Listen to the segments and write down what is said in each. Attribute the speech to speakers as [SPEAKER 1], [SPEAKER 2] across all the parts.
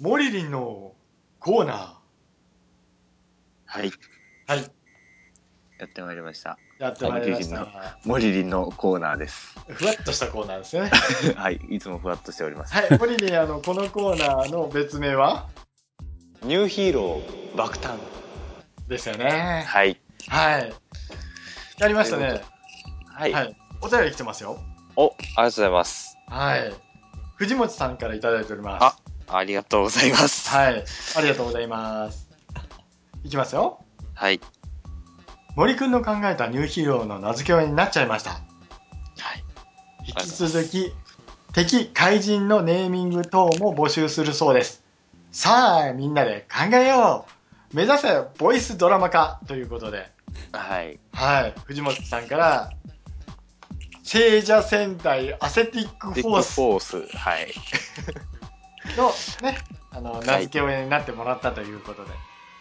[SPEAKER 1] モリリンのコーナ
[SPEAKER 2] はい、
[SPEAKER 1] ー。はい。
[SPEAKER 2] やってまいりました。
[SPEAKER 1] やってまいりました。
[SPEAKER 2] モリリンのコーナーです。
[SPEAKER 1] ふわっとしたコーナーですね。
[SPEAKER 2] はい、いつもふわっとしております。
[SPEAKER 1] はい。モリリン、あの、このコーナーの別名は
[SPEAKER 2] ニューヒーロー爆誕。
[SPEAKER 1] ですよね。
[SPEAKER 2] はい。
[SPEAKER 1] はい。やりましたね。
[SPEAKER 2] はい。
[SPEAKER 1] はい。お便り来てますよ。
[SPEAKER 2] お、ありがとうございます。
[SPEAKER 1] はい。藤本さんからいただいておりま
[SPEAKER 2] あありがとうございます。
[SPEAKER 1] す。はい。ありがとうございます。いきますよ。
[SPEAKER 2] はい。
[SPEAKER 1] 森くんの考えたニューヒーローの名付け親になっちゃいました。
[SPEAKER 2] はい。
[SPEAKER 1] 引き続き、敵怪人のネーミング等も募集するそうです。さあ、みんなで考えよう目指せボイスドラマ化ということで、
[SPEAKER 2] はい。
[SPEAKER 1] はい、藤本さんから、聖者戦隊アセティックフ
[SPEAKER 2] デッ
[SPEAKER 1] ォー
[SPEAKER 2] クフ
[SPEAKER 1] ス
[SPEAKER 2] ォース。はい。
[SPEAKER 1] のね、あの、
[SPEAKER 2] い
[SPEAKER 1] 名付け親になってもらったということで、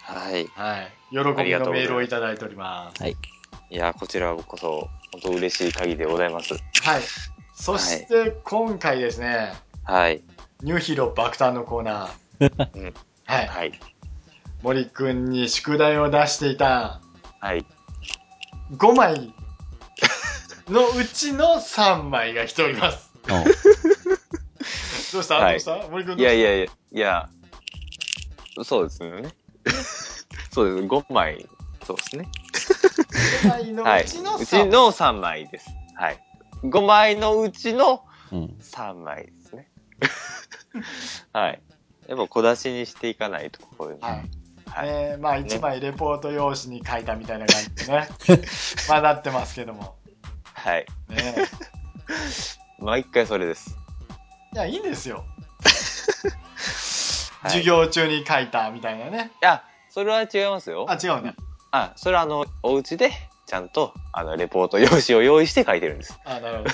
[SPEAKER 2] はい。
[SPEAKER 1] はい、喜びの
[SPEAKER 2] ありがとうござ
[SPEAKER 1] メ
[SPEAKER 2] い
[SPEAKER 1] ー
[SPEAKER 2] ます
[SPEAKER 1] ルをいただいております。
[SPEAKER 3] はい。
[SPEAKER 2] いや、こちらこそ、本当嬉しい限りでございます。
[SPEAKER 1] はい。そして、今回ですね、
[SPEAKER 2] はい。
[SPEAKER 1] ニューヒーロー爆誕のコーナ
[SPEAKER 2] う
[SPEAKER 1] ー
[SPEAKER 2] ん。
[SPEAKER 1] はい。
[SPEAKER 2] はい。
[SPEAKER 1] 森くんに宿題を出していた
[SPEAKER 2] はい。
[SPEAKER 1] 5枚のうちの3枚が来ております。
[SPEAKER 3] あ
[SPEAKER 1] どうした、
[SPEAKER 2] はい
[SPEAKER 1] どうした森くん
[SPEAKER 2] い
[SPEAKER 1] どう
[SPEAKER 2] や
[SPEAKER 1] し
[SPEAKER 2] いやいや、いや、そうですね。 そうです。5枚。そうですね。
[SPEAKER 1] た ?5 枚の
[SPEAKER 2] は
[SPEAKER 1] う
[SPEAKER 2] い。
[SPEAKER 1] ちの
[SPEAKER 2] う
[SPEAKER 1] 3
[SPEAKER 2] ち
[SPEAKER 1] 枚。
[SPEAKER 2] の3枚です。はい。5枚のうちの
[SPEAKER 3] うん。
[SPEAKER 2] 3枚ですね。 はい。やっぱ小出しにしていかないと、こういうの。
[SPEAKER 1] はい
[SPEAKER 2] はい
[SPEAKER 1] えーまあ1枚レポート用紙に書いたみたいな感じで ねまあなってますけども、
[SPEAKER 2] はい。
[SPEAKER 1] ね、
[SPEAKER 2] 毎回それです。
[SPEAKER 1] いやいいんですよ、
[SPEAKER 2] はい
[SPEAKER 1] 授業中に書いたみたいなね
[SPEAKER 2] いや、それは違いますよ。
[SPEAKER 1] あ違うね
[SPEAKER 2] あ、それはあの、お家で、ちゃんと、あの、レポート用紙を用意して書いてるんです。
[SPEAKER 1] あなるほどね、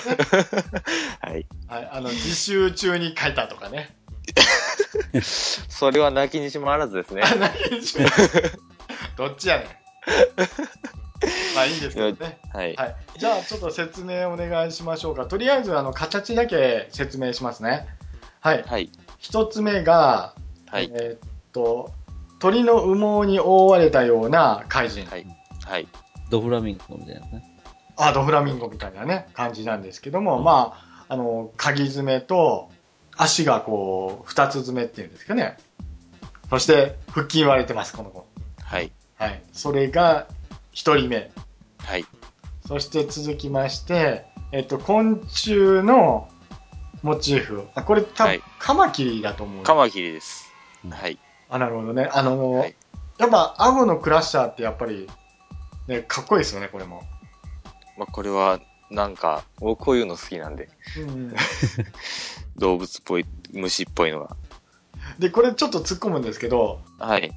[SPEAKER 2] はい。
[SPEAKER 1] はい、あの自習中に書いたとかね
[SPEAKER 2] それは泣きにしもあらずですね。
[SPEAKER 1] あ何でしょう どっち やねんまあいいんですけどね
[SPEAKER 2] はい。
[SPEAKER 1] はい、じゃあちょっと説明お願いしましょうかとりあえずあの形だけ説明しますねはい
[SPEAKER 2] はい。
[SPEAKER 1] 一つ目が、
[SPEAKER 2] はい。
[SPEAKER 1] えーっと鳥の羽毛に覆われたような怪人、
[SPEAKER 2] はいはい。
[SPEAKER 3] ドフラミンゴみたいなね。
[SPEAKER 1] アートフラミンゴみたいなね感じなんですけども、まああの鍵爪と足がこう二つ爪っていうんですかねそして腹筋割れてますこの子
[SPEAKER 2] はい。
[SPEAKER 1] はいそれが一人目
[SPEAKER 2] はい。
[SPEAKER 1] そして続きまして、えっと、昆虫のモチーフ。あ、これ多分、
[SPEAKER 2] はい
[SPEAKER 1] カマキリだと思う。
[SPEAKER 2] カマキリです。
[SPEAKER 3] うん
[SPEAKER 2] はい。
[SPEAKER 1] あ、なるほどね。あの、
[SPEAKER 2] はい
[SPEAKER 1] やっぱ、顎のクラッシャーってやっぱり、ね、かっこいいですよね、これも。
[SPEAKER 2] まあ、これは、なんか、僕こういうの好きなんで、
[SPEAKER 1] うん、
[SPEAKER 2] 動物っぽい、虫っぽいのが。
[SPEAKER 1] で、これちょっと突っ込むんですけど、
[SPEAKER 2] はい。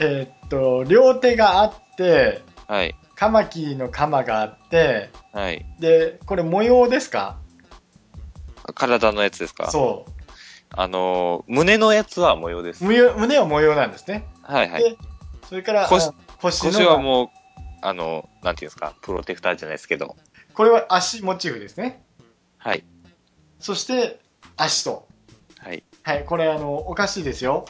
[SPEAKER 1] えっと、両手があって、
[SPEAKER 2] はい。
[SPEAKER 1] カマキリのカマがあって、
[SPEAKER 2] はい。
[SPEAKER 1] で、これ模様ですか
[SPEAKER 2] 体のやつですか
[SPEAKER 1] そ
[SPEAKER 2] あのー、胸のやつは模様で
[SPEAKER 1] う。
[SPEAKER 2] す。
[SPEAKER 1] 模様胸は模様なんですね。
[SPEAKER 2] はいはい。
[SPEAKER 1] でそれから、
[SPEAKER 2] 腰
[SPEAKER 1] あ腰の
[SPEAKER 2] 腰はもう、あの、なんていうんですか、プロテクターじゃないですけど。
[SPEAKER 1] これは足モチーフですね。
[SPEAKER 2] はい。
[SPEAKER 1] そして、足と。
[SPEAKER 2] はい。
[SPEAKER 1] はい、これあの、おかしいですよ。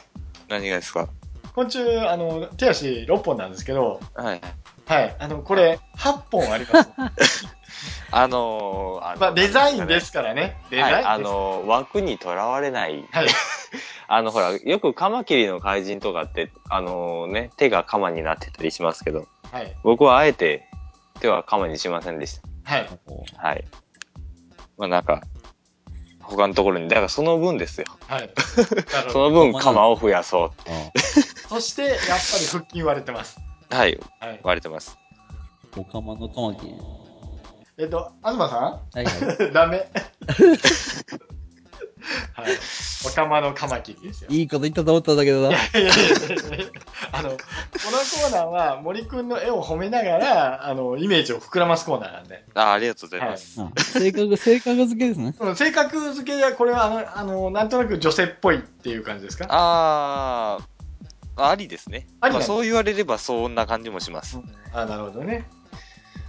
[SPEAKER 2] 何がですか
[SPEAKER 1] 昆虫、あの、手足6本なんですけど、
[SPEAKER 2] はい。
[SPEAKER 1] はい、あの、これ8本あり ます。
[SPEAKER 2] あのー、あの
[SPEAKER 1] まあ、デザインですすからね。デ
[SPEAKER 2] かね。
[SPEAKER 1] ザイン
[SPEAKER 2] は
[SPEAKER 1] で
[SPEAKER 2] い。
[SPEAKER 1] す。
[SPEAKER 2] あのー、枠にとらわれない。
[SPEAKER 1] はい、
[SPEAKER 2] あの、ほら、よくカマキリの怪人とかって、あのーね、手がカマになってたりしますけど、
[SPEAKER 1] はい、
[SPEAKER 2] 僕はあえて手はカマにしませんでした。
[SPEAKER 1] はい。
[SPEAKER 2] はい。まあなんか、他のところに、だからその分ですよ。
[SPEAKER 1] はい。
[SPEAKER 2] その分釜を増やそ
[SPEAKER 3] あ
[SPEAKER 1] そして、やっぱり腹筋割れてます。
[SPEAKER 2] う。はい、
[SPEAKER 1] はい。
[SPEAKER 2] 割れてます。
[SPEAKER 3] おかまのカマキリ。
[SPEAKER 1] えっと、東さ
[SPEAKER 3] はいは
[SPEAKER 1] んダメ。はい。おかまのカマキリですよ。
[SPEAKER 3] い。いいこと言ったと思ったんだけどな。
[SPEAKER 1] いやいやいやいやあの、このコーナーは森くんの絵を褒めながら、あの、イメージを膨らますコーナーなんで。
[SPEAKER 2] あありがとうござい
[SPEAKER 1] は
[SPEAKER 2] ま
[SPEAKER 1] い
[SPEAKER 2] す。
[SPEAKER 3] あ性格、性格付けですね。
[SPEAKER 1] うん性格付けはこれはあの、あの、なんとなく女性っぽいっていう感じですか
[SPEAKER 2] ああ、ありですね。
[SPEAKER 1] ありな
[SPEAKER 2] ま
[SPEAKER 1] ん
[SPEAKER 2] あ、
[SPEAKER 1] です
[SPEAKER 2] そう言われればそんな感じもします。
[SPEAKER 1] あなるほどね。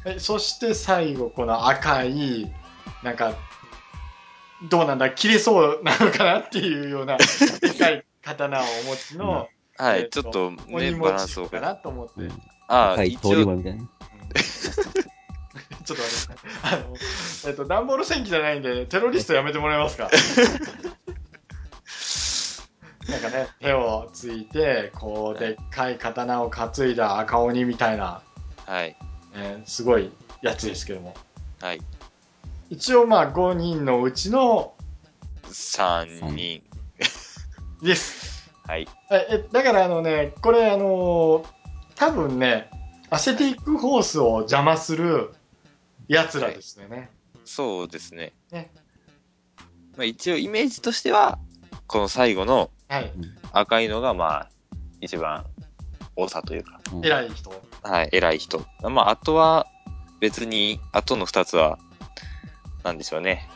[SPEAKER 1] えそして最後、この赤い、なん か、どうなんだ、切れそうなのかなっていうような、でかい刀をお持ちの、
[SPEAKER 2] は
[SPEAKER 1] えー
[SPEAKER 2] い、ちょっとね、
[SPEAKER 1] 鬼
[SPEAKER 2] バ
[SPEAKER 1] モ
[SPEAKER 2] ランス
[SPEAKER 1] チー
[SPEAKER 2] を
[SPEAKER 1] フか
[SPEAKER 2] 変えて。
[SPEAKER 1] なと思って、
[SPEAKER 3] うん
[SPEAKER 2] ああ、
[SPEAKER 3] はい、
[SPEAKER 2] 一
[SPEAKER 3] 通り
[SPEAKER 2] 応、
[SPEAKER 3] 魔みたいな。
[SPEAKER 1] ちょっと待ってください。あの、えっと、段ボール戦記じゃないんで、テロリストやめてもらえますか なんかね、手をついて、こう、でっかい刀を担いだ赤鬼みたいな、
[SPEAKER 2] はい、
[SPEAKER 1] えーすごいやつですけども。
[SPEAKER 2] はい。
[SPEAKER 1] 一応まあ5人のうちの、
[SPEAKER 2] 3人。
[SPEAKER 1] です。
[SPEAKER 2] はい。
[SPEAKER 1] え、えだからあのね、これあのー多分ね、アセティックホースを邪魔する奴らですよね。
[SPEAKER 2] そうですね。
[SPEAKER 1] ね
[SPEAKER 2] まあ、一応、イメージとしては、この最後の
[SPEAKER 1] はい。
[SPEAKER 2] 赤いのが、まあ、一番、多さというか、
[SPEAKER 3] うん
[SPEAKER 1] 偉い人。
[SPEAKER 2] はい、偉い人。まあ、あとは、別に、あとの2つは、なんでしょうね。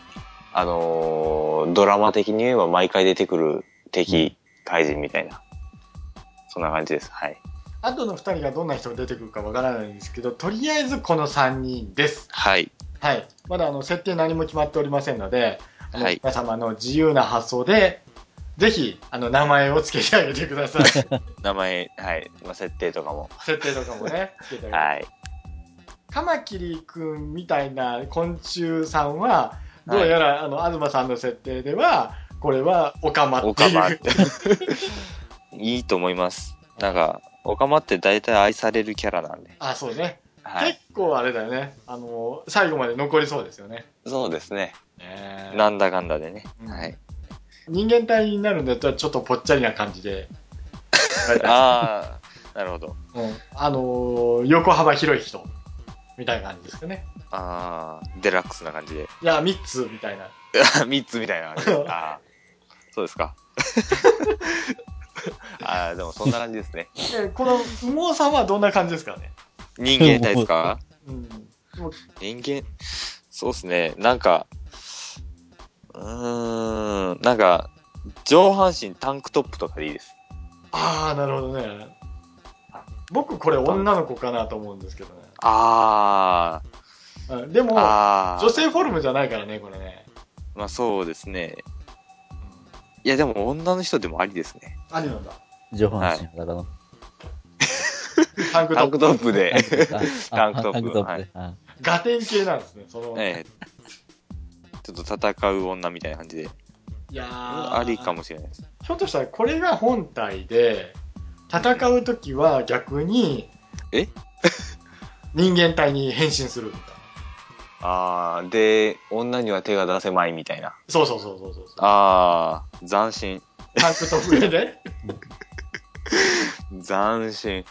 [SPEAKER 2] あのードラマ的に言えば毎回出てくる敵、怪人みたいな。そんな感じです。はい。
[SPEAKER 1] あとの2人がどんな人が出てくるかわからないんですけど、とりあえずこの3人です。
[SPEAKER 2] はい。
[SPEAKER 1] はい。まだあの設定何も決まっておりませんので、あの
[SPEAKER 2] はい
[SPEAKER 1] 皆様の自由な発想で、ぜひ、あの、名前を付けてあげてください。設
[SPEAKER 2] 名前、はい。まあ、設定とかも。
[SPEAKER 1] 定とかもね、つけてあげて。
[SPEAKER 2] はい。
[SPEAKER 1] カマキリくんみたいな昆虫さんは、どうやら、あの、東さんの設定では、これはオカマ
[SPEAKER 2] オ
[SPEAKER 1] って
[SPEAKER 2] カ
[SPEAKER 1] いう。
[SPEAKER 2] マ って。いいと思います。なんか、オカマって大体愛されるキャラなんで。
[SPEAKER 1] あ、そうね。
[SPEAKER 2] はい。
[SPEAKER 1] 結構あれだよね。あの、最後まで残りそうですよね。
[SPEAKER 2] そうですね。
[SPEAKER 1] ね
[SPEAKER 2] なんだかんだでね。
[SPEAKER 1] うん
[SPEAKER 2] はい。
[SPEAKER 1] 人間体になるんだったらちょっとぽっちゃりな感じで、
[SPEAKER 2] あ あ、なるほど。
[SPEAKER 1] うんあのー横幅広い人みたいな感じですかね。
[SPEAKER 2] ああ、デラックスな感じで。
[SPEAKER 1] いや、3つみたいな。
[SPEAKER 2] 3つみた いな感じで。ああ、そうですか。 ああ、でもそんな感じですね。
[SPEAKER 1] でこの羽毛さんはどんな感じですかね。
[SPEAKER 2] 人間体です か
[SPEAKER 1] うん、
[SPEAKER 2] 人間、そうですね。なんか、うーん、なんか、上半身タンクトップとかでいいです。
[SPEAKER 1] ああ、なるほどね。僕、これ女の子かなと思うんですけどね。
[SPEAKER 2] あ
[SPEAKER 1] うんでも、
[SPEAKER 2] あ、
[SPEAKER 1] 女
[SPEAKER 2] ああ。
[SPEAKER 1] 性フォルムじゃないからね、これね。
[SPEAKER 2] まあそうですね。
[SPEAKER 1] うん
[SPEAKER 2] いやでも女の人でもありですね。
[SPEAKER 1] ありなんだ。
[SPEAKER 3] 上半身 裸の。
[SPEAKER 1] タンクトッ
[SPEAKER 2] タン
[SPEAKER 1] プ
[SPEAKER 2] ク。トッ プで。
[SPEAKER 3] ああ
[SPEAKER 2] タンクトップ
[SPEAKER 3] タンクトップで。あ
[SPEAKER 1] ガテン系なんですね、その。
[SPEAKER 2] ええちょっと戦う女みたいな感じで。
[SPEAKER 1] いやー
[SPEAKER 2] ありかもしれないです。
[SPEAKER 1] ひょっとしたらこれが本体で、戦うときは逆に、
[SPEAKER 2] え
[SPEAKER 1] 人間体に変身するみたいな。
[SPEAKER 2] ああ、で、女には手が出せまいみたいな。
[SPEAKER 1] そうそうそうそうそうそう。
[SPEAKER 2] ああ、斬新。
[SPEAKER 1] タンクトップでね。
[SPEAKER 2] 斬新。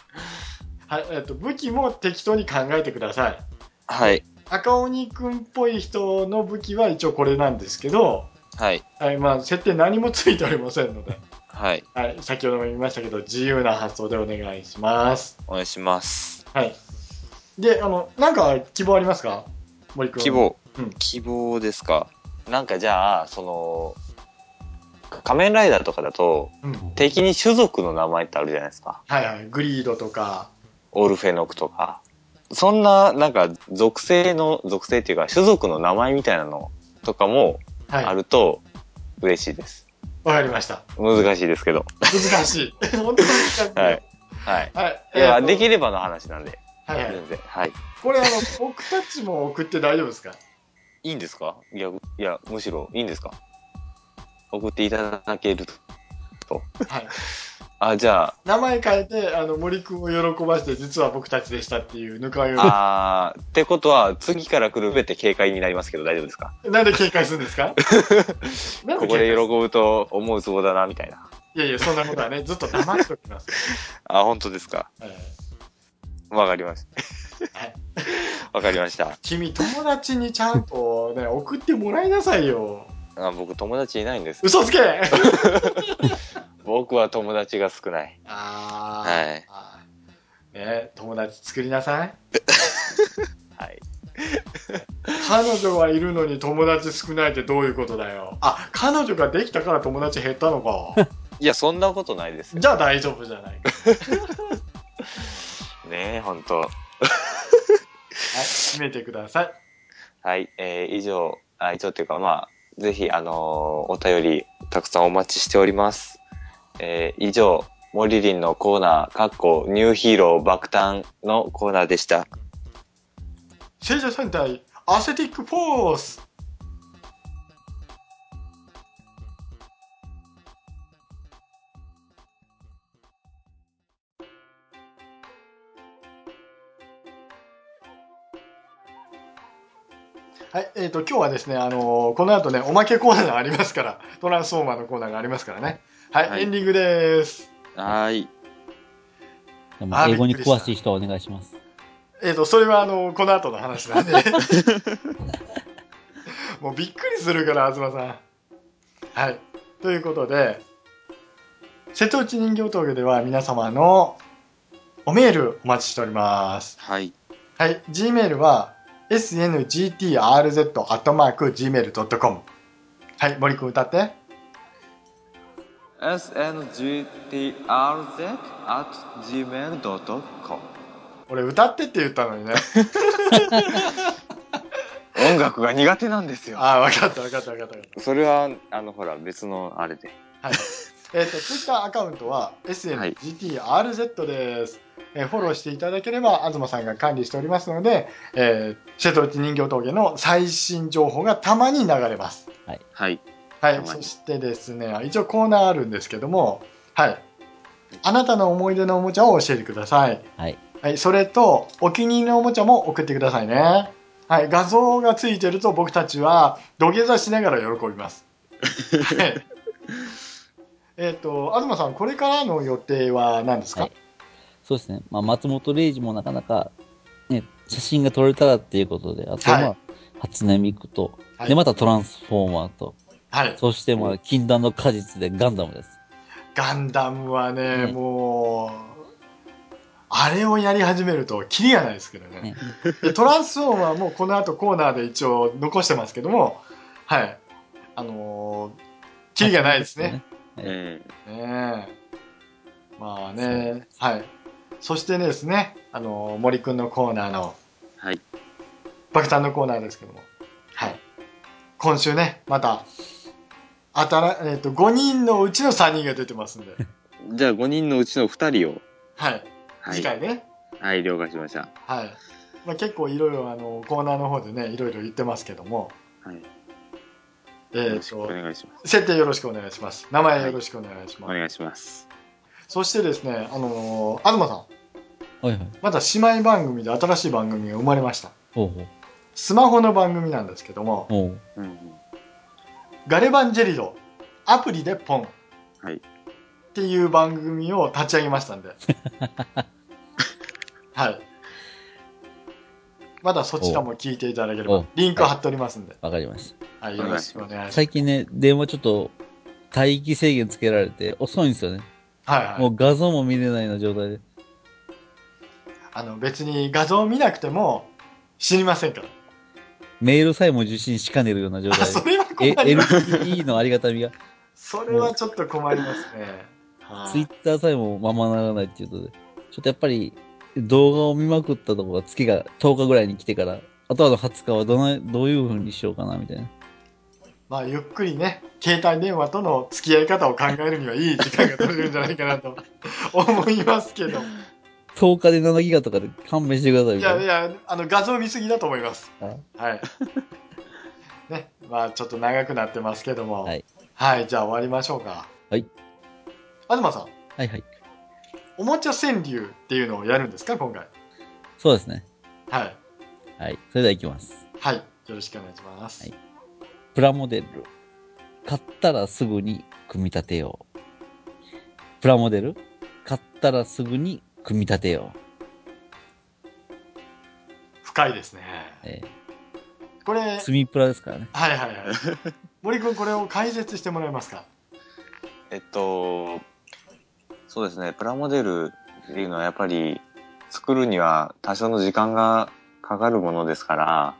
[SPEAKER 1] はい、えっと、武器も適当に考えてください。
[SPEAKER 2] はい。
[SPEAKER 1] 赤鬼くんっぽい人の武器は一応これなんですけど、
[SPEAKER 2] はい。
[SPEAKER 1] はい、まあ、設定何もついておりませんので、
[SPEAKER 2] はい。
[SPEAKER 1] はい、先ほども言いましたけど、自由な発想でお願いします。
[SPEAKER 2] お願いします。
[SPEAKER 1] はい。で、あの、なんか希望ありますか森くん。
[SPEAKER 2] 希。望。
[SPEAKER 1] うん
[SPEAKER 2] 希望ですか。なんかじゃあ、その、仮面ライダーとかだと、
[SPEAKER 1] うん。
[SPEAKER 2] 敵に種族の名前ってあるじゃないですか。
[SPEAKER 1] はいはい。グリードとか、
[SPEAKER 2] オルフェノクとか、そんな、なんか、属性の、属性っていうか、種族の名前みたいなのとかも
[SPEAKER 1] はい。
[SPEAKER 2] あると嬉しいです。
[SPEAKER 1] わかりました。
[SPEAKER 2] 難しいですけど。
[SPEAKER 1] 難しい。 本当に難しい。
[SPEAKER 2] はい。はい。
[SPEAKER 1] はい。
[SPEAKER 2] いや、で
[SPEAKER 1] る。
[SPEAKER 2] きればの話なんで、
[SPEAKER 1] はいはい。
[SPEAKER 2] 全然。はい。
[SPEAKER 1] これ、あの、僕たちも送って大丈夫ですか
[SPEAKER 2] いいんですかいや、いや、むしろ、いいんですか送っていただけると。
[SPEAKER 1] はい。
[SPEAKER 2] あ、じゃ
[SPEAKER 1] 名前変えて、あの、森くんを喜ばして、実は僕たちでしたっていう、ぬかを呼ぶ。
[SPEAKER 2] あ、あーってことは、次から来るべって警戒になりますけど、大丈夫ですか
[SPEAKER 1] なんで警戒するん ですかなんで警戒
[SPEAKER 2] ここで喜ぶと思うツボだな、みたいな。
[SPEAKER 1] いやいや、そんなことはね、ずっと黙っておきます。
[SPEAKER 2] あ、本当ですか
[SPEAKER 1] はい
[SPEAKER 2] わかりまし
[SPEAKER 1] はい
[SPEAKER 2] た。わかりました。
[SPEAKER 1] 君、友達にちゃんとね、送ってもらいなさいよ。
[SPEAKER 2] あ僕友達いないんです。
[SPEAKER 1] 嘘つけ
[SPEAKER 2] 僕は友達が少ない。
[SPEAKER 1] あー。
[SPEAKER 2] はい。
[SPEAKER 1] あーね、友達作りなさい。
[SPEAKER 2] はい。
[SPEAKER 1] 彼女はいるのに友達少ないってどういうことだよ。あ、彼女ができたから友達減ったのか。
[SPEAKER 2] いや、そんなことないです よ。
[SPEAKER 1] じゃあ大丈夫じゃないか。
[SPEAKER 2] ねえ、ほんと。
[SPEAKER 1] はい、決めてください。
[SPEAKER 2] はい。えー、以上、あ、以上っていうか、まあ、ぜひ、あのーお便り、たくさんお待ちしております。えー以上、モリリンのコーナー、かっこニューヒーロー爆誕のコーナーでした。
[SPEAKER 1] 聖女戦隊アセティックフォースはい、えっ、と、今日はですね、あのーこの後ね、おまけコーナーがありますから、トランスフォーマーのコーナーがありますからね。はい、
[SPEAKER 2] はい
[SPEAKER 1] エンディングです。
[SPEAKER 2] はーい。
[SPEAKER 3] でも
[SPEAKER 1] あー
[SPEAKER 3] 英語に
[SPEAKER 1] びっくりした
[SPEAKER 3] 詳しい人はお願いします。
[SPEAKER 1] えっ、と、それはあの、この後の話なんで。もうびっくりするから、東さん。はい。ということで、瀬戸内人形峠では皆様のおメールお待ちしております。
[SPEAKER 2] はい。
[SPEAKER 1] はい。g メールは、sngtrz.gmail.com。はい、森くん歌って。
[SPEAKER 2] sngtrz.gmail.com
[SPEAKER 1] 俺歌ってって言ったのにね。
[SPEAKER 2] 音楽が苦手なんですよ。
[SPEAKER 1] ああ、わかったわかったわかったわかった。
[SPEAKER 2] それは、あの、ほら、別のあれで。
[SPEAKER 1] はい。 えっ、と、ツイッターアカウントは SNGTRZ です。えーフォローしていただければ、東さんが管理しておりますので、えー、瀬戸内人形峠の最新情報がたまに流れます。
[SPEAKER 2] はい。
[SPEAKER 1] は
[SPEAKER 2] た
[SPEAKER 1] い。
[SPEAKER 2] ま
[SPEAKER 1] そ
[SPEAKER 2] に
[SPEAKER 1] してですね、一応コーナーあるんですけども、はい。あなたの思い出のおもちゃを教えてください。
[SPEAKER 3] はい。
[SPEAKER 1] はい。それと、お気に入りのおもちゃも送ってくださいね。はい。画像がついてると僕たちは土下座しながら喜びます。はい。えっと、東さん、これからの予定は何ですか、
[SPEAKER 3] はいそうですね。まあ、松本零士もなかなか、ね、写真が撮れたらっていうことで、あとは、まあ
[SPEAKER 1] は
[SPEAKER 3] 初音ミクと、
[SPEAKER 1] はい
[SPEAKER 3] で、またトランスフォーマーと、
[SPEAKER 1] はい。
[SPEAKER 3] そして、まあ、禁断の果実でガンダムです。
[SPEAKER 1] ガンダムはね、
[SPEAKER 3] ね
[SPEAKER 1] もう、あれをやり始めると、キリがないですけどね。
[SPEAKER 3] ね
[SPEAKER 1] でトランスフォーマーもこの後コーナーで一応残してますけども、はい。あのー、キリがないですね。。
[SPEAKER 3] は
[SPEAKER 2] う
[SPEAKER 3] い
[SPEAKER 2] ん。
[SPEAKER 1] ねえまあ
[SPEAKER 3] そう
[SPEAKER 1] ね、はい。そしてですね、あのー、森くんのコーナーの、
[SPEAKER 2] はい。
[SPEAKER 1] 爆誕のコーナーですけども、はい。今週ね、また、あたら、えっ、と、5人のうちの3人が出てます んで、
[SPEAKER 2] じゃあ、5人のうちの2人を。
[SPEAKER 1] はい。
[SPEAKER 2] は
[SPEAKER 1] 次
[SPEAKER 2] い。
[SPEAKER 1] 回ね、
[SPEAKER 2] はい、了解しました。
[SPEAKER 1] はい。まあ、結構いろいろ、あの、コーナーの方でね、いろいろ言ってますけども、
[SPEAKER 2] はい。
[SPEAKER 1] え
[SPEAKER 2] よ
[SPEAKER 1] ー
[SPEAKER 2] ろしくお
[SPEAKER 1] と、
[SPEAKER 2] 願いします。
[SPEAKER 1] 設定よろしくお願いします。名前よろしくお願いし
[SPEAKER 2] お
[SPEAKER 1] ます。
[SPEAKER 2] 願いします。
[SPEAKER 1] そしてですね、あのー、東さん、
[SPEAKER 3] はいはい。
[SPEAKER 1] また姉妹番組で新しい番組が生まれました。
[SPEAKER 3] ほうほう。
[SPEAKER 1] スマホの番組なんですけども、
[SPEAKER 3] ほう。
[SPEAKER 2] うん。
[SPEAKER 1] ガレバンジェリド、アプリでポン。
[SPEAKER 2] はい
[SPEAKER 1] っていう番組を立ち上げましたんで。はい。まだそちらも聞いていただけれ
[SPEAKER 3] お
[SPEAKER 1] ば
[SPEAKER 3] う、
[SPEAKER 1] リンク貼っておりますんで、
[SPEAKER 3] わかりました。
[SPEAKER 1] はい、
[SPEAKER 2] い
[SPEAKER 1] よろしくお願いします。
[SPEAKER 3] 最近ね、電話ちょっと、待機制限つけられて、遅いんですよね。
[SPEAKER 1] はい、
[SPEAKER 3] も
[SPEAKER 1] はい。
[SPEAKER 3] う画像も見れないような状態で。
[SPEAKER 1] あの、別に画像を見なくても死にませんから。
[SPEAKER 3] メールさえも受信しかねるような状
[SPEAKER 1] あ、
[SPEAKER 3] 態
[SPEAKER 1] そ
[SPEAKER 3] で。
[SPEAKER 1] れは
[SPEAKER 3] え、
[SPEAKER 1] 困ります。
[SPEAKER 3] LTE のありがたみが、
[SPEAKER 1] それはちょっと困りますね。は
[SPEAKER 3] ツイッ
[SPEAKER 1] い。
[SPEAKER 3] ターさえもままならないっていうことで、ちょっとやっぱり動画を見まくったとこが月が10日ぐらいに来てから、あとはの20日はどないどういう風にしようかなみたいな。
[SPEAKER 1] まあ、ゆっくりね、携帯電話との付き合い方を考えるにはいい時間が取れるんじゃないかな と思いますけど。
[SPEAKER 3] 10日で7ギガとかで勘弁してください
[SPEAKER 1] い
[SPEAKER 3] みたい
[SPEAKER 1] や
[SPEAKER 3] な。
[SPEAKER 1] いや、あの画像見すぎだと思います。
[SPEAKER 3] あ
[SPEAKER 1] はい。ね、まあちょっと長くなってますけども。
[SPEAKER 3] はい。
[SPEAKER 1] はい、じゃあ終わりましょうか。
[SPEAKER 3] はい。
[SPEAKER 1] 東さん、
[SPEAKER 3] はいはい。
[SPEAKER 1] おもちゃ川柳っていうのをやるんですか、今回。
[SPEAKER 3] そうですね。
[SPEAKER 1] はい。
[SPEAKER 3] はい。それでは行きます。
[SPEAKER 1] はい。よろしくお願いします。
[SPEAKER 3] はいプラモデル。買ったらすぐに組み立てよう。プラモデル。買ったらすぐに組み立てよ
[SPEAKER 1] 深いですね。
[SPEAKER 3] う。え
[SPEAKER 1] これ、は
[SPEAKER 3] ー、
[SPEAKER 1] い
[SPEAKER 3] 積みプラですからね。
[SPEAKER 1] はいはい。森君、これを解説してもらえますか。
[SPEAKER 2] えっと、そうですね、プラモデルっていうのはやっぱり作るには多少の時間がかかるものですから、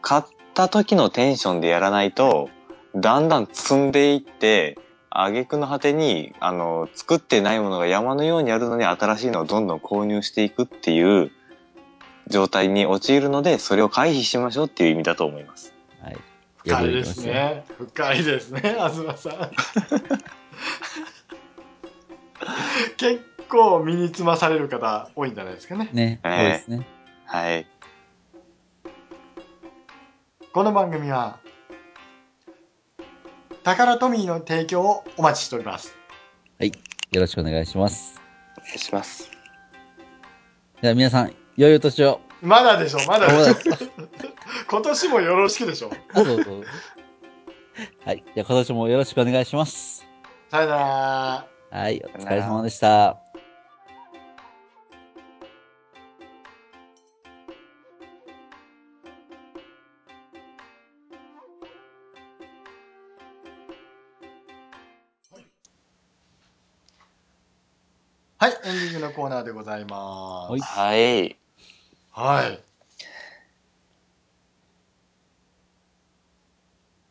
[SPEAKER 2] 買った時のテンションでやらないと、だんだん積んでいって、挙句の果てに、あの、作ってないものが山のようにあるのに新しいのをどんどん購入していくっていう状態に陥るので、それを回避しましょうっていう意味だと思います。
[SPEAKER 3] はい。
[SPEAKER 1] 深いですね。深いですね、東さん。結構身につまされる方多いんじゃないですかね。
[SPEAKER 3] ね、
[SPEAKER 2] え
[SPEAKER 3] そ
[SPEAKER 2] え
[SPEAKER 3] うですね。
[SPEAKER 2] はい。
[SPEAKER 1] この番組は、タカラトミーの提供をお待ちしております。
[SPEAKER 3] よろしくお願いします。
[SPEAKER 2] お願いします。
[SPEAKER 3] じゃあ皆さん、良いお年を。
[SPEAKER 1] まだでしょ、まだ
[SPEAKER 3] あま
[SPEAKER 1] で
[SPEAKER 3] だで
[SPEAKER 1] しょ。今年もよろしくでしょ。
[SPEAKER 3] あ、そうそう。はい。じゃあ今年もよろしくお願いします。
[SPEAKER 1] さよなら。
[SPEAKER 3] はい。お疲れ様でした。
[SPEAKER 1] はい、エンディングのコーナーでございます。
[SPEAKER 3] はい
[SPEAKER 2] はい。
[SPEAKER 1] はい。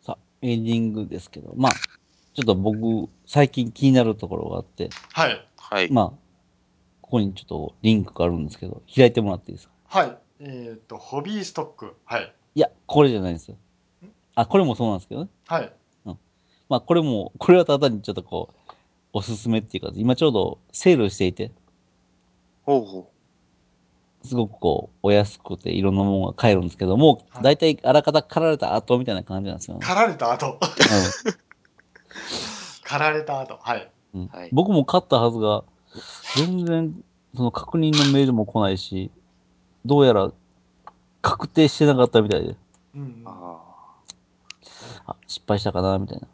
[SPEAKER 3] さあ、エンディングですけど、まあ、ちょっと僕、最近気になるところがあって、
[SPEAKER 1] はい。
[SPEAKER 2] はい。
[SPEAKER 3] まあ、ここにちょっとリンクがあるんですけど、開いてもらっていいですか
[SPEAKER 1] はい。えっ、と、ホビーストック。はい。
[SPEAKER 3] いや、これじゃないんですよ。あ、これもそうなんですけどね。
[SPEAKER 1] はい。
[SPEAKER 3] まあ、これも、これはただにちょっとこう、おすすめっていうか、今ちょうどセールしていて、
[SPEAKER 2] ほうほ
[SPEAKER 3] すごくこう、お安くていろんなものが買えるんですけど、も、
[SPEAKER 1] はいう
[SPEAKER 3] だいたいあらかた狩られた後みたいな感じなんですよね。
[SPEAKER 1] 狩られた後。
[SPEAKER 3] うん
[SPEAKER 1] 狩られた後。はい。
[SPEAKER 3] うん
[SPEAKER 2] はい
[SPEAKER 3] 僕も買ったはずが、全然、その確認のメールも来ないし、どうやら確定してなかったみたいで、
[SPEAKER 1] うん
[SPEAKER 2] う。。あ
[SPEAKER 3] あ、失敗したかな、みたい
[SPEAKER 1] う
[SPEAKER 3] な。
[SPEAKER 1] ん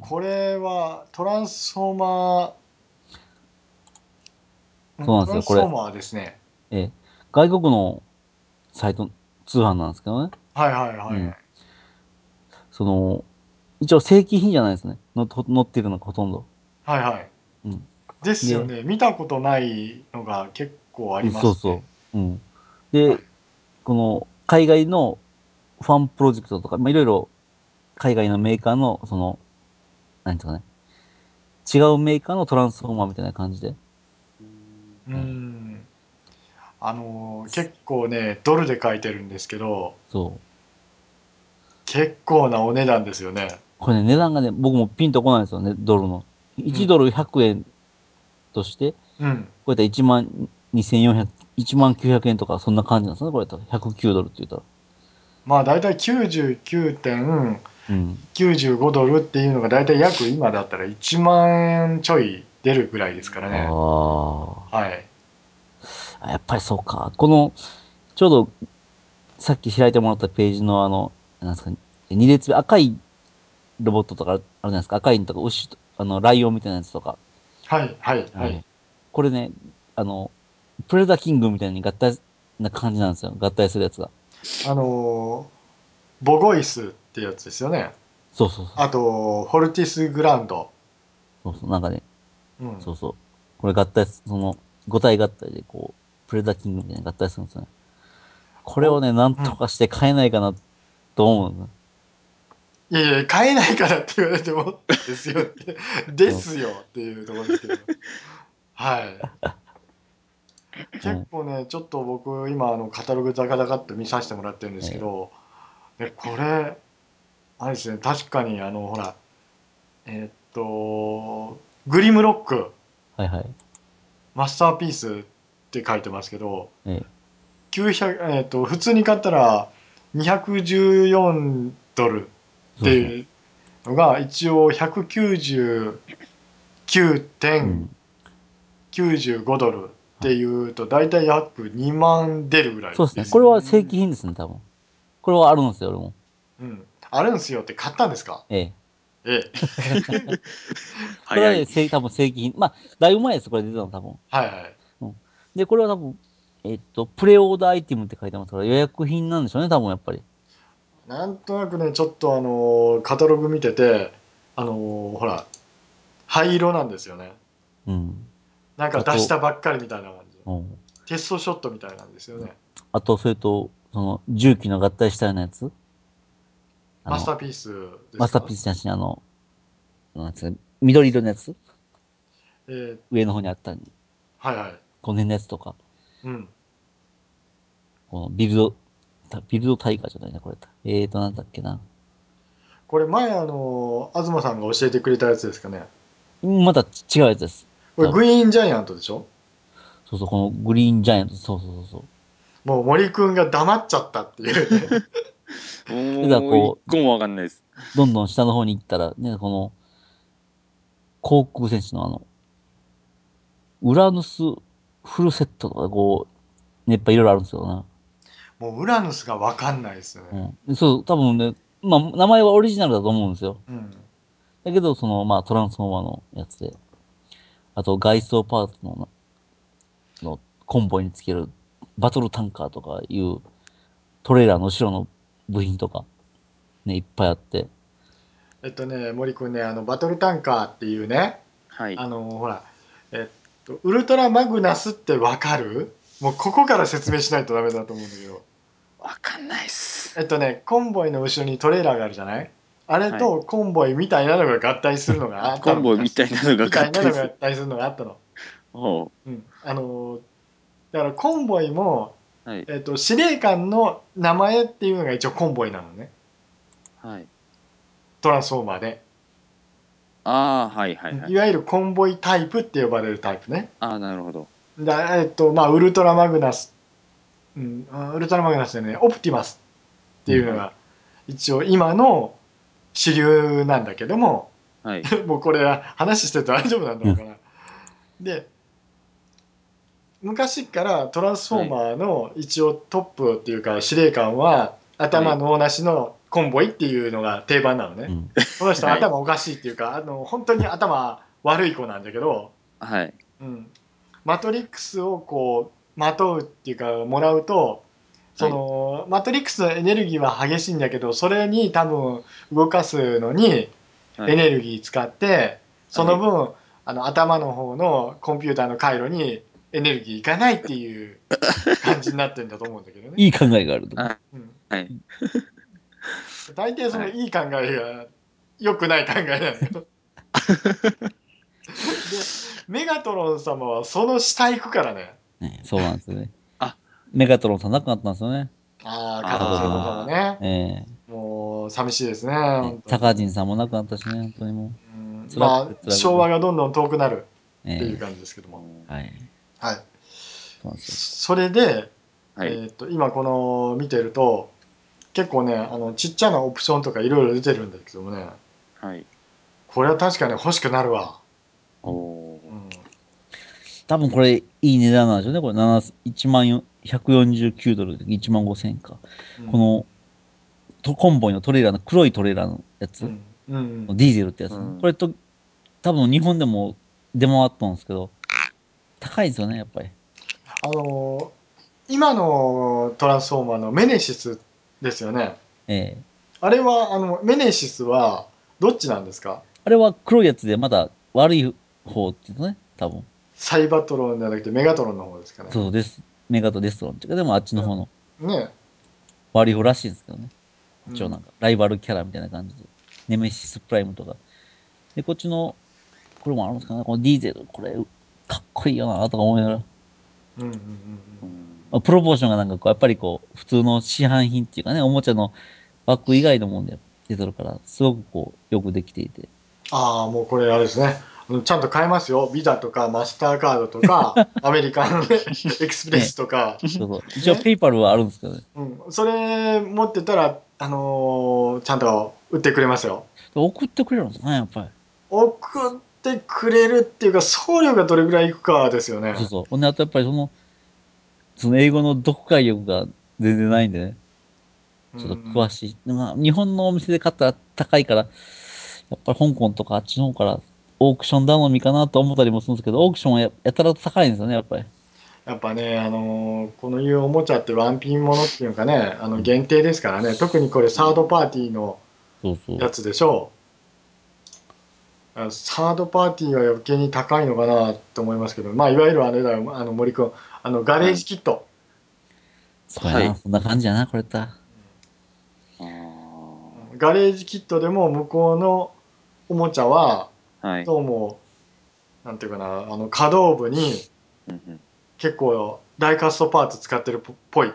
[SPEAKER 1] これは、トランスフォーマー、
[SPEAKER 3] そうなんで
[SPEAKER 1] ト
[SPEAKER 3] すよ
[SPEAKER 1] ランスフォーマーですね。
[SPEAKER 3] ええ、外国のサイト、通販なんですけどね。
[SPEAKER 1] はいはいはい。
[SPEAKER 3] うんその、一応正規品じゃないですね。のと載ってるのがほとんど。
[SPEAKER 1] はいはい。
[SPEAKER 3] うん
[SPEAKER 1] ですよね見たことないのが結構あります、ね。
[SPEAKER 3] そうそう。うん。で、この、海外のファンプロジェクトとか、まあ、いろいろ、海外のメーカーの、その、なんていうかね、違うメーカーのトランスフォーマーみたいな感じで。
[SPEAKER 1] うん。あのー結構ね、ドルで書いてるんですけど、
[SPEAKER 3] そう。
[SPEAKER 1] 結構なお値段ですよね。
[SPEAKER 3] これね、値段がね、僕もピンとこないんですよね、ドルの。1ドル100円として、
[SPEAKER 1] うん。
[SPEAKER 3] これやったら1万2400、1万900円とか、そんな感じなんですね、これやったら。109ドルって言ったら。
[SPEAKER 1] まあ大体99.95
[SPEAKER 3] うん。
[SPEAKER 1] ドルっていうのが大体約今だったら1万円ちょい出るぐらいですからね。
[SPEAKER 3] ああ。
[SPEAKER 1] はい。
[SPEAKER 3] あやっぱりそうか。この、ちょうど、さっき開いてもらったページのあの、なんですか、二列目、赤いロボットとかあるあるじゃないですか。赤いのとか、牛と、あの、ライオンみたいなやつとか。
[SPEAKER 1] はい、はい、はい。
[SPEAKER 3] これね、あの、プレダーキングみたいに合体、な感じなんですよ。合体するやつが。
[SPEAKER 1] あのーボゴイスってやつですよね。
[SPEAKER 3] そうそうそう。
[SPEAKER 1] あと、ホルティスグランド。
[SPEAKER 3] そうそう。なんかね、
[SPEAKER 1] うん。
[SPEAKER 3] そうそう。これ合体す、その、五体合体でこう、プレダーキングみたいに合体するんですよね。これをね、なんとかして買えないかな、と思うのね。
[SPEAKER 1] いやいや、買えないからって言われても、ですよ って。ですよっていうところですけど。はい。結構ね、ちょっと僕、今、あの、カタログザカザカっと見させてもらってるんですけど、ね、これ、あれですね、確かに、あの、ほら、えーっと、グリムロック、
[SPEAKER 3] はいはい。
[SPEAKER 1] マスターピースって書いてますけど、
[SPEAKER 3] ええ。
[SPEAKER 1] 900、えーっと、普通に買ったら、214ドル。っ
[SPEAKER 3] そ
[SPEAKER 1] て
[SPEAKER 3] うそう
[SPEAKER 1] いうのが一応199.95ドルっていうと大体約2万出るぐらい
[SPEAKER 3] そうですね。これは正規品ですね、多分。これはあるんですよ、俺も。
[SPEAKER 1] うん、あるんすよって買ったんですか
[SPEAKER 3] え
[SPEAKER 1] え
[SPEAKER 3] え。
[SPEAKER 1] え
[SPEAKER 3] これは
[SPEAKER 2] 早
[SPEAKER 3] ね、
[SPEAKER 2] い。
[SPEAKER 3] 正多分正規品。まあ、だいぶ前です、これ出たの、多分。
[SPEAKER 1] はいはい
[SPEAKER 3] で、これは多分、えっと、プレオーダーアイテムって書いてますから、予約品なんでしょうね、多分やっぱり。
[SPEAKER 1] なんとなくねちょっとあのーカタログ見ててあのーほら灰色なんですよね
[SPEAKER 3] うん。
[SPEAKER 1] なんか出したばっかりみたいな感じ
[SPEAKER 3] うん、
[SPEAKER 1] テストショットみたいなんですよね
[SPEAKER 3] あと、それと、その、重機の合体したようなやつ。あの
[SPEAKER 1] マスターピースですか
[SPEAKER 3] マスターピースじゃなしに、あの、なんつうか、緑色のやつ
[SPEAKER 1] えー
[SPEAKER 3] 上の方にあった、
[SPEAKER 1] はいはい
[SPEAKER 3] 5年のやつとか、
[SPEAKER 1] うん
[SPEAKER 3] このビルド、ビルドタイガーじゃないな、これ。えーと、なんだっけな。
[SPEAKER 1] これ前あの東さんが教えてくれたやつですかね
[SPEAKER 3] また違うやつです。
[SPEAKER 1] これグリーンジャイアントでしょ
[SPEAKER 3] そうそう、このグリーンジャイアント、そうそうそうそう。
[SPEAKER 1] もう森くんが黙っちゃったっていう ね、
[SPEAKER 3] だから
[SPEAKER 4] もう
[SPEAKER 3] こ、
[SPEAKER 4] 一個もわかんないです。
[SPEAKER 3] どんどん下の方に行ったら、ね、この、航空選手のあの、ウラヌスフルセットとか、こう、ね、やっぱいろいろあるんですよな。
[SPEAKER 1] もうウラヌスが分かんないですよね。
[SPEAKER 3] うん。そう、多分ね、まあ、名前はオリジナルだと思うんですよ。
[SPEAKER 1] うん
[SPEAKER 3] だけど、その、まあ、トランスフォーマーのやつで、あと、外装パーツの、の、コンボにつける、バトルタンカーとかいう、トレーラーの後ろの部品とか、ね、いっぱいあって、
[SPEAKER 1] えっとね、森くんね、あの、バトルタンカーっていうね、
[SPEAKER 4] はい。
[SPEAKER 1] あの、ほら、えっと、ウルトラマグナスってわかるもうここから説明しないとダメだと思うんだけど。
[SPEAKER 4] わかんないっす。
[SPEAKER 1] えっとね、コンボイの後ろにトレーラーがあるじゃないあれとコンボイみたいなのが合体するのがあった
[SPEAKER 4] コ
[SPEAKER 1] の。
[SPEAKER 4] ンボみたいなのが
[SPEAKER 1] みた
[SPEAKER 4] 勝
[SPEAKER 1] い
[SPEAKER 4] 手
[SPEAKER 1] な
[SPEAKER 4] で
[SPEAKER 1] のが合
[SPEAKER 4] す。
[SPEAKER 1] 体するのがあったの。
[SPEAKER 4] ほ
[SPEAKER 1] うん。あの、だからコンボイも、
[SPEAKER 4] うはい。
[SPEAKER 1] えっと、司令官の名前っていうのが一応コンボイなのね。
[SPEAKER 4] はい。
[SPEAKER 1] トランスフォーマーで。
[SPEAKER 4] ああ、はいはいはいい。
[SPEAKER 1] わゆるコンボイタイプって呼ばれるタイプね。
[SPEAKER 4] ああ、なるほど。
[SPEAKER 1] だえっとまあウルトラマグナス、うん、あウルトラマグナスじゃねオプティマスっていうのが一応今の主流なんだけども
[SPEAKER 4] はい。
[SPEAKER 1] もうこれは話してて大丈夫なんだろうかな。で昔からトランスフォーマーの一応トップっていうか司令官は頭のなしのコンボイっていうのが定番なのね。
[SPEAKER 3] うん。
[SPEAKER 1] この人
[SPEAKER 4] はい
[SPEAKER 1] 頭おかしいっていうかあの本当に頭悪い子なんだけど。
[SPEAKER 4] はい。
[SPEAKER 1] うん、マトリックスをこうまとうっていうかもらうとその、マトリックスのエネルギーは激しいんだけどそれに多分動かすのに
[SPEAKER 4] はい
[SPEAKER 1] エネルギー使って、その分、あの頭の方のコンピューターの回路にエネルギーいかないっていう感じになってるんだと思うんだけどね。
[SPEAKER 3] いい考えがあると。
[SPEAKER 4] あ
[SPEAKER 1] うん
[SPEAKER 4] はい。
[SPEAKER 1] 大抵その
[SPEAKER 4] はい
[SPEAKER 1] い考えが良くない考えなんだよ。 でメガトロン様はその下行くからね。
[SPEAKER 3] ね、そうなんですよね。
[SPEAKER 4] あ
[SPEAKER 3] メガトロンさん亡くなったんですよね。
[SPEAKER 1] ああ、
[SPEAKER 4] あー
[SPEAKER 1] 加藤さんとかもね。
[SPEAKER 3] え
[SPEAKER 1] もう寂しいですね。
[SPEAKER 3] え
[SPEAKER 1] 本当に
[SPEAKER 3] 高人さんも亡くなったしね、本当にも
[SPEAKER 1] うん
[SPEAKER 3] 辛く
[SPEAKER 1] ま
[SPEAKER 3] 辛
[SPEAKER 1] あ、
[SPEAKER 3] く
[SPEAKER 1] 昭和がどんどん遠くなる
[SPEAKER 3] う。え
[SPEAKER 1] っていう
[SPEAKER 3] え
[SPEAKER 1] 感じですけども。
[SPEAKER 3] はい。
[SPEAKER 1] はい。
[SPEAKER 3] そうなんです
[SPEAKER 1] そ
[SPEAKER 3] よ。
[SPEAKER 1] れで、
[SPEAKER 4] は
[SPEAKER 1] え
[SPEAKER 4] い。
[SPEAKER 1] ーっと、今この見てると、結構ね、あの、ちっちゃなオプションとかいろいろ出てるんだけどもね、
[SPEAKER 4] はい。
[SPEAKER 1] これは確かに欲しくなるわ。
[SPEAKER 4] おお
[SPEAKER 1] う。ん。
[SPEAKER 3] 多分これ、いい値段なんでしょうね。これ、7 1万4 149ドルで1万5000円か。
[SPEAKER 1] うん
[SPEAKER 3] こ、の、とコンボイのトレーラーの、黒いトレーラーのやつ、
[SPEAKER 1] うん。うん
[SPEAKER 3] ディーゼルってやつね、
[SPEAKER 4] うん
[SPEAKER 3] これと、多分日本でも出回ったんですけど、高いですよね、やっぱり。
[SPEAKER 1] あのー今のトランスフォーマーのメネシスですよね。
[SPEAKER 3] ええ
[SPEAKER 1] あれは、あの、メネシスは、どっちなんですか
[SPEAKER 3] あれは黒いやつで、まだ悪い方っていうのね、多分。
[SPEAKER 1] サイバトロンじゃなくてメガトロンの方ですかね。
[SPEAKER 3] そうです。メガとデストロンっていうか、でもあっちの方の
[SPEAKER 1] ね。
[SPEAKER 3] 悪い方らしいんですけどね。
[SPEAKER 1] うん
[SPEAKER 3] 一応なんか、ライバルキャラみたいな感じで。ネメシスプライムとか。で、こっちの、これもあるんですかね、このディーゼル、これ、かっこいいよな、とか思いながら。
[SPEAKER 1] うんうんうんう。
[SPEAKER 4] うんん
[SPEAKER 3] まあプロポーションがなんかこう、やっぱりこう、普通の市販品っていうかね、おもちゃのバッグ以外のもんで出てるから、すごくこう、よくできていて。
[SPEAKER 1] ああ、もうこれあれですね。あのちゃんと買えますよ。ビザとかマスターカードと か、アメリカン、ね、エクスプレスとか。
[SPEAKER 3] そうそう。一応、ペイパルはあるんですけどね。
[SPEAKER 1] うん。それ持ってたら、あのーちゃんと売ってくれますよ。
[SPEAKER 3] 送ってくれるんですかね、やっぱ
[SPEAKER 1] 送ってくれるっていうか、送料がどれぐらいいくかですよね
[SPEAKER 3] り。。そうそう。ほんで、あとやっぱりその、その英語の読解力が全然ないんでね。ちょっと詳
[SPEAKER 1] い。
[SPEAKER 3] しい。まあ、日本のお店で買ったら高いから、やっぱり香港とかあっちの方からオークション頼みかなと思ったりもするんですけど、オークションはややたら高いんですよね、やっぱり。
[SPEAKER 1] やっぱね、あのーこのいうおもちゃってワンピンものっていうかね、あの限定ですからね、特にこれサードパーティーの
[SPEAKER 3] そうそう。
[SPEAKER 1] やつでしょあサードパーティーは余計に高いのかなと思いますけど、まあ、いわゆるあれだよ、あの森君、あのガレージキット、
[SPEAKER 3] そうやな、
[SPEAKER 4] はい
[SPEAKER 3] そんな感じやな、これって。
[SPEAKER 4] あ
[SPEAKER 1] ガレージキットでも向こうのおもちゃは、
[SPEAKER 4] あ。はい。
[SPEAKER 1] どうも、なんていうかな、あの可動部に
[SPEAKER 4] うんうん
[SPEAKER 1] 結構ダイカストパーツ使ってるっぽい。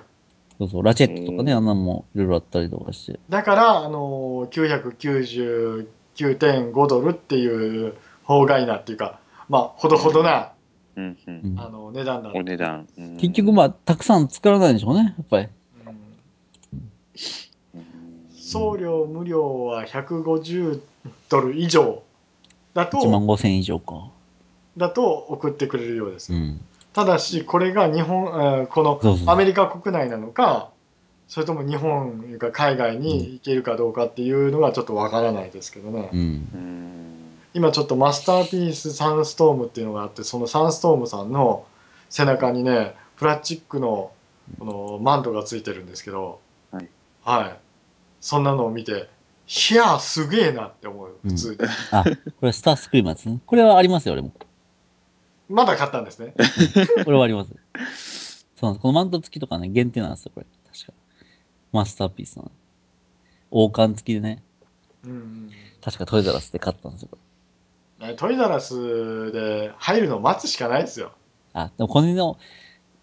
[SPEAKER 3] そうそう、ラチェットとかね、
[SPEAKER 4] うん
[SPEAKER 3] あんなんもいろいろあったりとかして。
[SPEAKER 1] だから、あのー、999.5ドルっていう法外なっていうか、まあ、ほどほどな、
[SPEAKER 4] うんう。
[SPEAKER 3] うんん
[SPEAKER 1] あの、値段だ、う
[SPEAKER 4] お
[SPEAKER 1] ん
[SPEAKER 4] 値段。うん
[SPEAKER 3] 結局、まあ、たくさん作らないんでしょうね、やっぱり。
[SPEAKER 4] うん
[SPEAKER 1] 送料無料は150ドル以上だ
[SPEAKER 3] 1万
[SPEAKER 1] と、
[SPEAKER 3] 5千以上か。
[SPEAKER 1] だと送ってくれるようです
[SPEAKER 3] う。ん。
[SPEAKER 1] ただし、これが日本、えーこの
[SPEAKER 3] そうそう
[SPEAKER 1] アメリカ国内なのか、それとも日本が海外に行けるかどうかっていうのがちょっとわからないですけどね。
[SPEAKER 3] うん。
[SPEAKER 4] うん。
[SPEAKER 1] 今ちょっとマスターピースサンストームっていうのがあって、そのサンストームさんの背中にね、プラスチックのこのマントがついてるんですけど、
[SPEAKER 4] はい。
[SPEAKER 1] はい。そんなのを見て、いや、すげえなって思うよ、普通に。
[SPEAKER 3] あ、これスタースクリーマーですね。 これはありますよ、俺も。
[SPEAKER 1] まだ買ったんですね。
[SPEAKER 3] 俺はあります。そうなんです。このマント付きとかね、限定なんですよ、これ。確か。マスターピースなの。王冠付きでね、
[SPEAKER 1] うん。
[SPEAKER 3] 確かトイザラスで買ったんですよ、これ。
[SPEAKER 1] トイザラスで入るのを待つしかないですよ。
[SPEAKER 3] あ、でもこれの、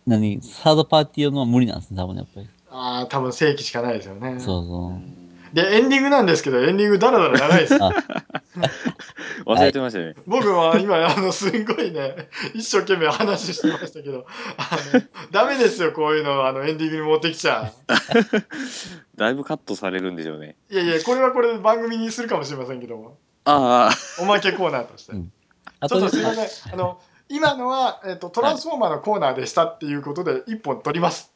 [SPEAKER 3] 何、サードパーティー用のは無理なんですね、多分ねやっぱり。
[SPEAKER 1] ああ、多分正規しかないですよね。
[SPEAKER 3] そう
[SPEAKER 4] う
[SPEAKER 3] そ
[SPEAKER 4] ん
[SPEAKER 1] で、エンディングなんですけど、エンディングだらだら長いです。
[SPEAKER 4] 忘れてましたね。
[SPEAKER 1] 僕は今、あの、すんごいね、 一生懸命話してましたけど、あの、ダメですよ、こういうの、あの、エンディングに持ってきちゃ。
[SPEAKER 4] だいぶカットされるんでしょうね。
[SPEAKER 1] いやいや、これはこれで番組にするかもしれませんけども、
[SPEAKER 4] あ
[SPEAKER 1] おまけコーナーとして。
[SPEAKER 3] う
[SPEAKER 1] ち
[SPEAKER 3] んう。あ
[SPEAKER 1] ょっと
[SPEAKER 3] です
[SPEAKER 1] いません、あの、今のは、えっと、トランスフォーマーのコーナーでしたっていうことで、一本取ります。